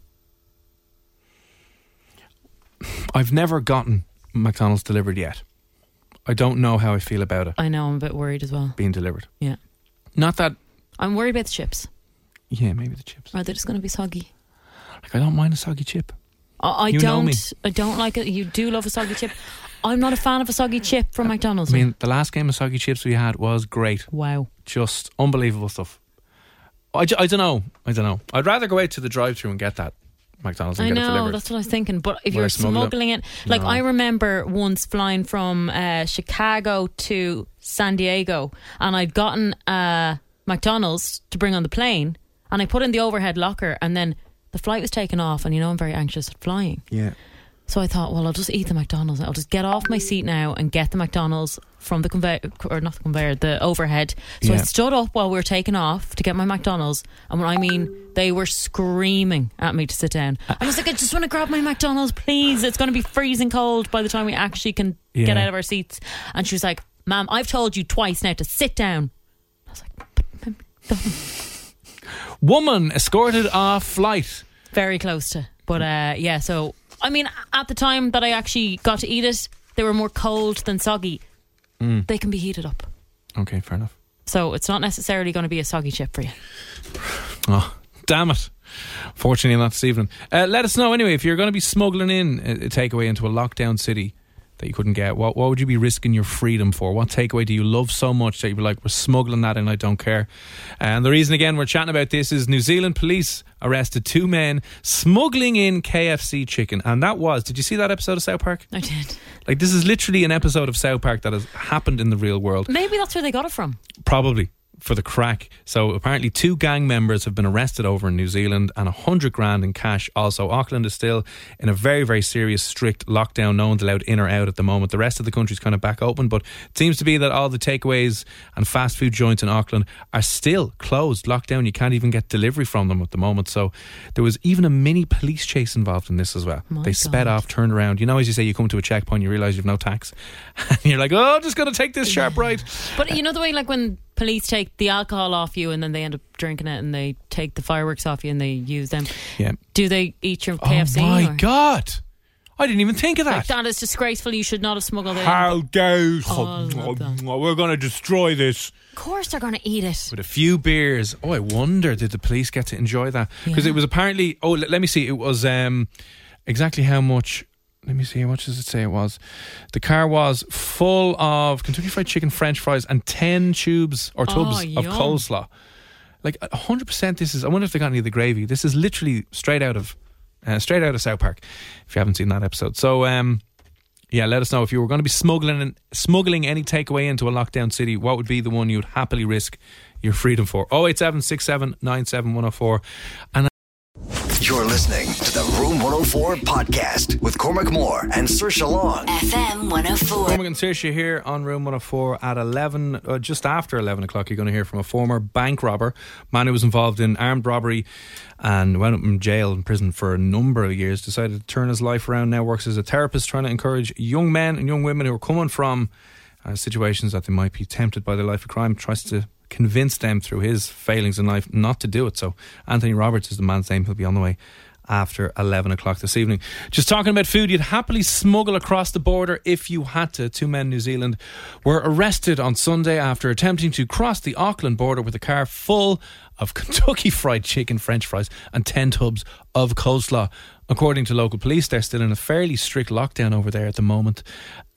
S3: I've never gotten McDonald's delivered yet. I don't know how I feel about it
S4: I know. I'm a bit worried as well.
S3: being delivered.
S4: Yeah.
S3: Not that,
S4: I'm worried about the chips.
S3: yeah, maybe the chips.
S4: Are they just going to be soggy?
S3: Like, I don't mind a soggy chip.
S4: I, I
S3: You know
S4: don't.
S3: me.
S4: I don't like it. You do love a soggy chip. I'm not a fan of a soggy chip from McDonald's.
S3: I mean, the last game of soggy chips we had was great.
S4: wow.
S3: Just unbelievable stuff. I, ju- I don't know. I don't know. I'd rather go out to the drive through and get that McDonald's and
S4: I
S3: get it
S4: know
S3: delivered.
S4: that's what I was thinking. But if
S3: Will I
S4: you're
S3: smuggle it?
S4: smuggling it, like
S3: No.
S4: I remember once flying from uh, Chicago to San Diego, and I'd gotten uh, McDonald's to bring on the plane, and I put it in the overhead locker, and then the flight was taken off, and you know I'm very anxious at flying,
S3: Yeah.
S4: so I thought, well, I'll just eat the McDonald's. I'll just get off my seat now and get the McDonald's from the conveyor, or not the conveyor, the overhead. So I
S3: Yeah.
S4: stood up while we were taking off to get my McDonald's. And when I mean, they were screaming at me to sit down. I was like, I just want to grab my McDonald's, please. It's going to be freezing cold by the time we actually can get
S3: Yeah.
S4: out of our seats. And she was like, ma'am, I've told you twice now to sit down.
S3: Woman escorted off flight.
S4: Very close to. But uh, yeah, so I mean, at the time that I actually got to eat it, they were more cold than soggy.
S3: Hmm.
S4: They can be heated up.
S3: Okay, fair enough.
S4: So it's not necessarily going to be a soggy chip for you.
S3: Oh, damn it. Fortunately, not this evening. Uh, let us know anyway if you're going to be smuggling in uh, a, a takeaway into a lockdown city that you couldn't get. What, what would you be risking your freedom for? What takeaway do you love so much that you'd be like, we're smuggling that in, I don't care? And the reason, again, we're chatting about this is New Zealand police arrested two men smuggling in KFC chicken. And that was, did you see that episode of South Park?
S4: I did.
S3: Like, this is literally an episode of South Park that has happened in the real world.
S4: Maybe that's where they got it from.
S3: Probably for the crack. So apparently, two gang members have been arrested over in New Zealand, and a hundred grand in cash. Also, Auckland is still in a very, very serious, strict lockdown. No one's allowed in or out at the moment. The rest of the country's kind of back open, but it seems to be that all the takeaways and fast food joints in Auckland are still closed, locked down. You can't even get delivery from them at the moment. So there was even a mini police chase involved in this as well.
S4: My
S3: they sped
S4: God.
S3: off, turned around. You know, as you say, you come to a checkpoint, you realise you've no tax, and you're like, "Oh, I'm just going to take this sharp right."
S4: But you know the way, like when police take the alcohol off you and then they end up drinking it and they take the fireworks off you and they use them.
S3: Yeah.
S4: Do they eat your KFC?
S3: Oh my
S4: or-
S3: god! I didn't even think of
S4: Like,
S3: that.
S4: that is disgraceful. You should not have smuggled it. in.
S3: How dare
S4: Oh, love that.
S3: We're going to destroy this
S4: Of course, they're going to eat it.
S3: with a few beers. Oh, I wonder did the police get to enjoy that because
S4: Yeah.
S3: it was apparently. Oh, let, let me see. It was um, exactly how much. Let me see. How much does it say it was? The car was full of Kentucky Fried Chicken, French fries, and ten tubes or tubs
S4: Oh, yum.
S3: of coleslaw. Like hundred percent. This is. I wonder if they got any of the gravy. This is literally straight out of, uh, straight out of South Park. If you haven't seen that episode, so um, yeah, let us know if you were going to be smuggling smuggling any takeaway into a lockdown city. What would be the one you'd happily oh risk your freedom for? Oh eight seven six seven nine seven one zero four. And
S1: You're listening to the Room 104 podcast with Cormac Moore and Sir Long.
S2: FM 104.
S3: Cormac and Saoirse here on Room 104 at 11, uh, just after 11 o'clock. You're going to hear from a former bank robber, man who was involved in armed robbery and went up in jail and prison for a number of years. Decided to turn his life around, now works as a therapist, trying to encourage young men and young women who are coming from uh, situations that they might be tempted by the life of crime, tries to convince them through his failings in life not to do it. So, Anthony Roberts is the man's name. He'll be on the way after 11 o'clock this evening. Just talking about food you'd happily smuggle across the border if you had to. Two men in New Zealand were arrested on Sunday after attempting to cross the Auckland border with a car full of Kentucky fried chicken, french fries, and 10 tubs of coleslaw. According to local police, they're still in a fairly strict lockdown over there at the moment.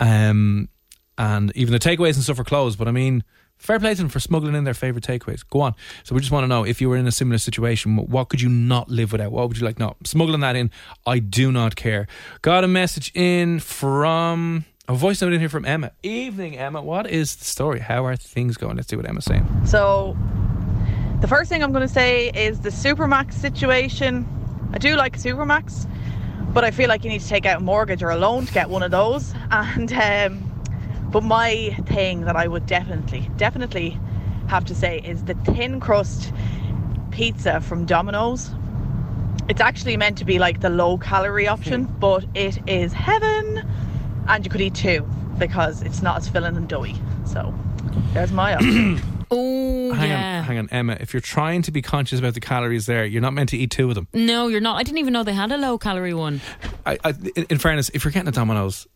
S3: Um, and even the takeaways and stuff are closed, but I mean, Fair play to them for smuggling in their favorite takeaways. Go on. So we just want to know if you were in a similar situation, wh- what could you not live without? What would you like? No, smuggling that in. I do not care. Got a message in from a voice note in here from Emma. Evening, Emma. What is the story? How are things going? Let's see what Emma's saying.
S7: So, the first thing I'm going to say is the Supermax situation. I do like Supermax, but I feel like you need to take out a mortgage or a loan to get one of those. And, um, but my thing that I would definitely, definitely have to say is the thin crust pizza from Domino's. It's actually meant to be like the low calorie option, but it is heaven. And you could eat two because it's not as filling and doughy. So, there's my option.
S4: Oh,
S3: Hang
S4: yeah.
S3: on, hang on, Emma. If you're trying to be conscious about the calories there, you're not meant to eat two of them.
S4: No, you're not. I didn't even know they had a low calorie one.
S3: I, I, in- in fairness, if you're getting a Domino's,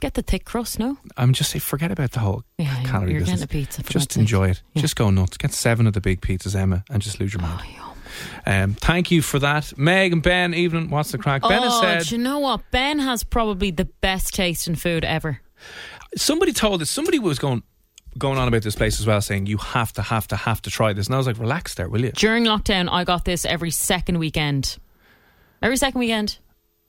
S4: Get the thick crust, no?
S3: I'm just saying, forget about the whole
S4: Yeah, you're-
S3: calorie
S4: you're getting
S3: business.
S4: a pizza for
S3: just
S4: God's sake.
S3: enjoy it. Just go nuts. Get seven of the big pizzas, Emma, and just lose your
S4: Oh.
S3: mind. um, thank you for that, Meg and Ben. Evening. What's the crack? ben has
S4: oh,
S3: said
S4: do you know what? Ben has probably the best taste in food ever.
S3: somebody told us somebody was going going on about this place as well, saying you have to, have to, have to try this. And I was like, relax there, will you?
S4: During lockdown, I got this every second weekend. Every second weekend.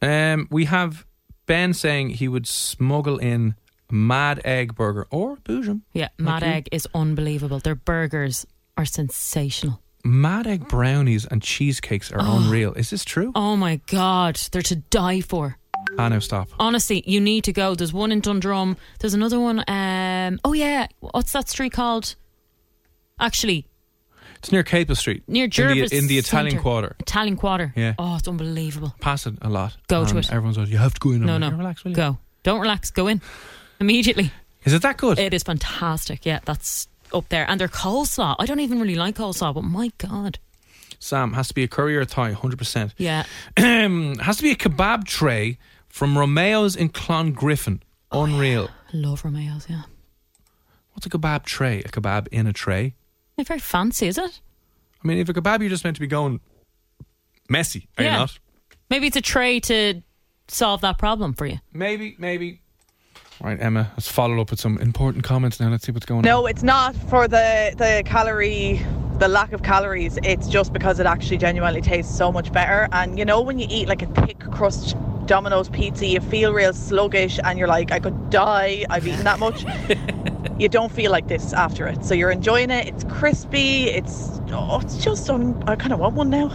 S3: Um, we have Ben saying he would smuggle in Mad Egg Burger or Boojum.
S4: Yeah, Mad
S3: you.
S4: Egg is unbelievable. Their burgers are sensational.
S3: Mad Egg brownies and cheesecakes are
S4: Oh.
S3: unreal. Is this true?
S4: Oh my God, they're to die for.
S3: Ah, no, stop.
S4: Honestly, you need to go. There's one in Dundrum. There's another one. Um, oh yeah, what's that street called? Actually,
S3: It's near Capel Street.
S4: near
S3: in the-
S4: Jervis
S3: in the Italian
S4: Centre.
S3: Quarter.
S4: Italian Quarter.
S3: Yeah.
S4: Oh, it's unbelievable.
S3: Pass it a lot.
S4: Go to
S3: And
S4: it.
S3: Everyone's like, you have to go in. I'm
S4: no,
S3: like,
S4: no,
S3: "You're
S4: relax. Go. Don't relax. Go in immediately.
S3: Is it that good?
S4: It is fantastic. Yeah, that's up there. And their coleslaw. I don't even really like coleslaw, but my god.
S3: Sam has to be a curry or a thigh, hundred percent.
S4: Yeah.
S3: has to be a kebab tray from Romeo's in Clongriffin. Unreal.
S4: I love Romeo's. Yeah.
S3: What's a kebab tray? A kebab in a tray?
S4: They're very fancy, is it?
S3: I mean, if a kebab, you're just meant to be going messy, are
S4: Yeah.
S3: you not?
S4: Maybe it's a tray to solve that problem for you.
S3: Maybe, maybe. Right, Emma, let's follow up with some important comments now. Let's see what's going on.
S7: No, it's not for the the calorie the lack of calories. It's just because it actually genuinely tastes so much better. And you know when you eat like a thick crust Domino's pizza, you feel real sluggish and you're like, I could die, I've eaten that much. you don't feel like this after it. So you're enjoying it. It's crispy. It's oh, it's just un- I kind of want one now.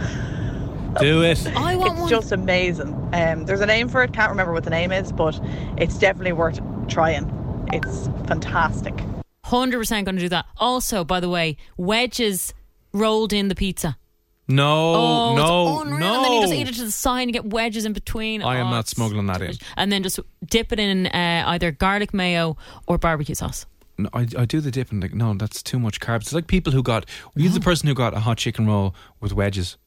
S3: Do it.
S4: I want
S7: it's just amazing. Um, there's a name for it. Can't remember what the name is, but it's definitely worth trying. It's fantastic.
S4: Hundred percent going to do that. Also, by the way, wedges rolled in the pizza.
S3: No,
S4: oh,
S3: no,
S4: it's unreal. And
S3: no.
S4: then you just eat it to the side and you get wedges in between.
S3: I am
S4: Oh,
S3: not
S4: it's-
S3: smuggling that in.
S4: And then just dip it in uh, either garlic mayo or barbecue sauce.
S3: No, I, I do the dip and like, no, that's too much carbs. It's like people who got, you're the person who got a hot chicken roll with wedges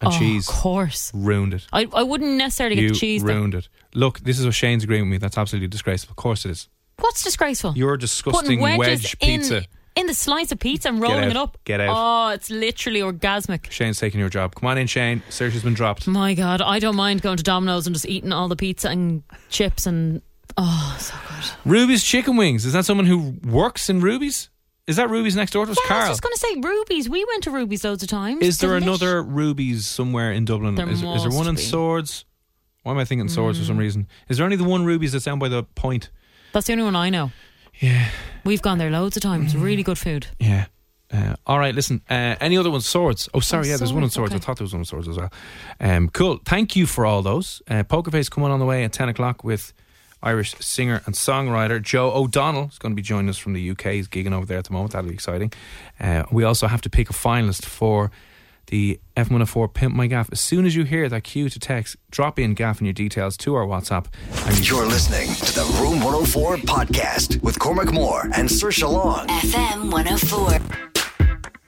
S3: and
S4: Oh,
S3: cheese.
S4: Of course.
S3: Ruined it.
S4: I, I wouldn't necessarily
S3: you
S4: get the cheese. though.
S3: ruined it. Look, this is what Shane's agreeing with me. That's absolutely disgraceful. Of course it is.
S4: What's disgraceful?
S3: You're disgusting
S4: Putting wedges
S3: wedge pizza.
S4: In, in the slice of pizza and
S3: Get
S4: rolling
S3: out.
S4: it up.
S3: Get out.
S4: Oh, it's literally orgasmic.
S3: Shane's taking your job. Come on in, Shane. Search has been dropped.
S4: My God, I don't mind going to Domino's and just eating all the pizza and chips and oh, so good.
S3: Ruby's Chicken Wings. Is that someone who works in Ruby's? Is that Ruby's next door to us?
S4: Yeah, I
S3: Carl.
S4: was just going to say Ruby's. We went to Ruby's loads of times.
S3: Is there
S4: Delish.
S3: another Ruby's somewhere in Dublin?
S4: There
S3: is, is there one
S4: must
S3: in
S4: be. Hmm.
S3: Swords? Why am I thinking Swords for some reason? Is there only the one Ruby's that's down by the point?
S4: That's the only one I know.
S3: Yeah.
S4: We've gone there loads of times. Really good food.
S3: Yeah. Uh, all right, listen. Uh, any other ones? Swords. Oh, sorry.
S8: Oh,
S3: yeah, there's one on
S8: swords,
S3: swords. I
S8: okay.
S3: thought there was one on swords as well. Um, cool. Thank you for all those. Uh, Poker Face coming on the way at 10 o'clock with Irish singer and songwriter Joe O'Donnell. is going to be joining us from the UK. He's gigging over there at the moment. That'll be exciting. Uh, we also have to pick a finalist for the F104 Pimp My Gaff. As soon as you hear that cue to text, drop in Gaff and your details to our WhatsApp. And
S1: You're listening to the Room 104 podcast with Cormac Moore and Sir Long.
S2: FM 104.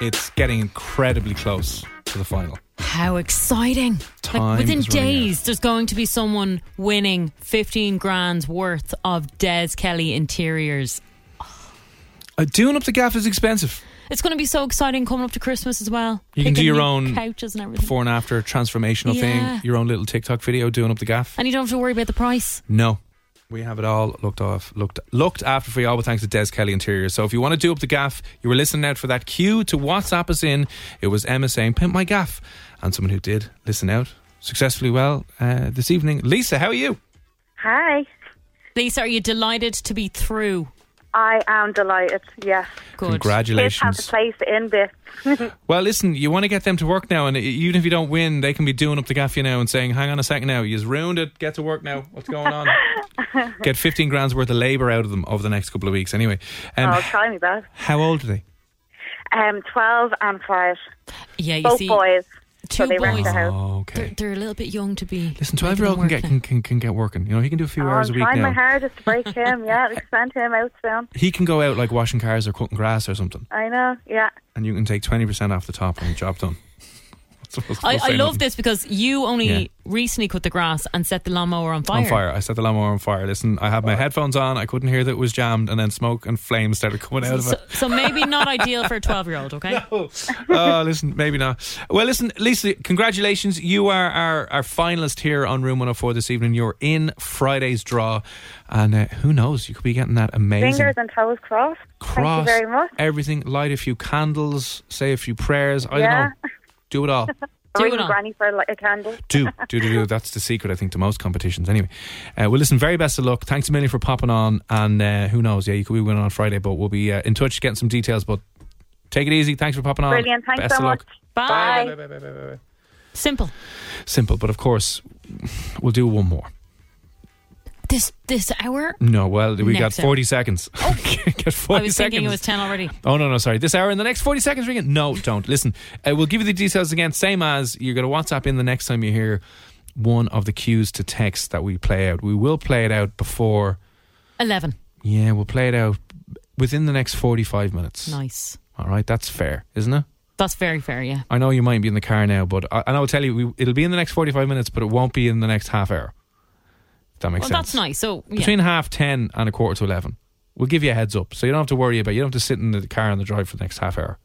S3: It's getting incredibly close to the final.
S4: How exciting!
S3: Time
S4: like within
S3: is running
S4: days, there's going to be someone winning 15 grand's worth of Des Kelly interiors.
S3: Uh, doing up the gaff is expensive.
S4: It's going to be so exciting coming up to Christmas as well.
S3: You can do
S4: Picking
S3: your
S4: new
S3: own
S4: couches and everything,
S3: before and after transformational
S4: Yeah.
S3: thing, your own little TikTok video doing up the gaff.
S4: and you don't have to worry about the price.
S3: No. We have it all looked off, looked looked after for you all, but thanks to Des Kelly Interior. So if you want to do up the gaff, you were listening out for that cue to WhatsApp us in. It was Emma saying, "Pimp my gaff," and someone who did listen out successfully well uh, this evening. Lisa, how are you?
S9: Hi.
S4: Lisa, are you delighted to be through?
S9: I am delighted. Yes.
S4: Good.
S3: Congratulations.
S9: Kids have to place in bit.
S3: Well, listen, you want to get them to work now, and even if you don't win, they can be doing up the gaff you now and saying, "Hang on a second now, you've ruined it. Get to work now. What's going on?" Get fifteen grand's worth of labour out of them over the next couple of weeks. Anyway, um,
S9: I'll try me best.
S3: how old are they?
S9: Um, twelve and five.
S4: Yeah, you
S9: both
S4: see-
S9: boys.
S4: Two
S9: so they rent
S4: boys.
S9: the house.
S3: Oh, okay.
S4: They're, they're a little bit young to be.
S3: Listen, twelve year old can get can, can can get working. You know, he can do a few hours a
S9: Oh, I'm
S3: week
S9: trying my
S3: now.
S9: hardest to break him. Yeah, we sent him out soon.
S3: He can go out like washing cars or cutting grass or something,
S9: I know. Yeah.
S3: and you can take twenty percent off the top and job done. What's- what's-
S4: I,
S3: what's
S4: I
S3: saying
S4: love
S3: nothing?
S4: this because you only
S3: Yeah.
S4: recently cut the grass and set the lawnmower on fire.
S3: On fire. I set the lawnmower on fire. Listen, I had my headphones on. I couldn't hear that it was jammed, and then smoke and flames started coming out of
S4: So,
S3: it.
S4: so maybe not ideal for a 12 year old, okay?
S3: oh, listen, maybe not. Well, listen, Lisa, congratulations. You are our, our finalist here on Room 104 this evening. You're in Friday's draw. And uh, who knows? You could be getting that amazing
S9: Fingers and toes crossed. Thank you
S3: cross.
S9: very much.
S3: Everything. Light a few candles, say a few prayers. I
S9: Yeah.
S3: don't know. Do it all.
S4: Do
S9: Ring
S4: it all.
S9: Granny for like, a candle.
S3: Do, do, do, do. That's the secret, I think, to most competitions. Anyway, uh, well, listen, very best of luck. Thanks a million for popping on. And uh, who knows? Yeah, you could be winning on Friday, but we'll be uh, in touch getting some details. But take it easy. Thanks for popping on.
S9: Brilliant. Thanks
S3: Best
S9: so
S3: of luck.
S9: much.
S4: Bye.
S3: Bye, bye, bye, bye, bye.
S4: Simple.
S3: Simple, but of course, we'll do one more.
S4: This this hour?
S3: No, well, we
S4: Next
S3: got
S4: hour. Oh.
S3: 40 seconds. Get 40
S4: I was
S3: seconds.
S4: thinking it was 10 already.
S3: Oh no, no, sorry. This hour in the next forty seconds, ring it. No, don't listen. Uh, we'll give you the details again. Same as you're going to WhatsApp in the next time you hear one of the cues to text that we play out. We will play it out before.
S4: 11.
S3: Yeah, we'll play it out within the next forty-five minutes.
S4: Nice.
S3: All right, that's fair, isn't it?
S4: That's very fair, yeah.
S3: I know you might be in the car now, but I, and I will tell you, we, it'll be in the next forty-five minutes, but it won't be in the next half hour. If that makes
S4: well,
S3: sense.
S4: that's nice. So, yeah.
S3: Between half ten and a quarter to eleven, we'll give you a heads up, so you don't have to worry about. You don't have to sit in the car on the drive for the next half hour.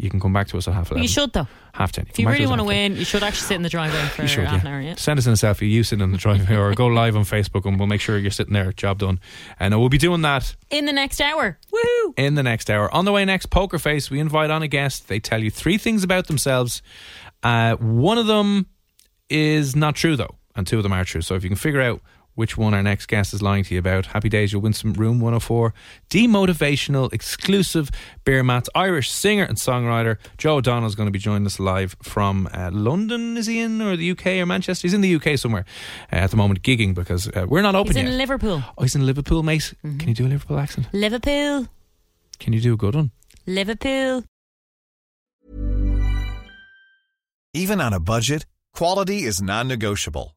S3: You can come back to us at half eleven.
S4: you should, though.
S3: Half ten.
S4: If you
S3: Come back
S4: really
S3: us at
S4: want to
S3: half 10.
S4: win, you should actually sit in the driveway for
S3: You should,
S4: half an
S3: yeah.
S4: hour, yeah.
S3: Send us in a selfie. You sitting in the driveway, or go live on Facebook, and we'll make sure you're sitting there. Job done. And uh, we'll be doing that
S4: In the next hour. Woohoo!
S3: in the next hour. On the way next, Poker Face. We invite on a guest. They tell you three things about themselves. Uh, one of them is not true though, and two of them are true. So if you can figure out which one our next guest is lying to you about, happy days. You'll win some Room 104 demotivational exclusive beer mats. Irish singer and songwriter Joe O'Donnell is going to be joining us live from uh, London. Is he in or the UK or Manchester? He's in the UK somewhere uh, at the moment, gigging because uh, we're not open
S4: He's
S3: yet.
S4: in Mm-hmm. Liverpool.
S3: oh, he's in Liverpool, mate. Can you do a Liverpool accent?
S4: Liverpool.
S3: Can you do a good one?
S4: Liverpool.
S10: Even on a budget, quality is non-negotiable.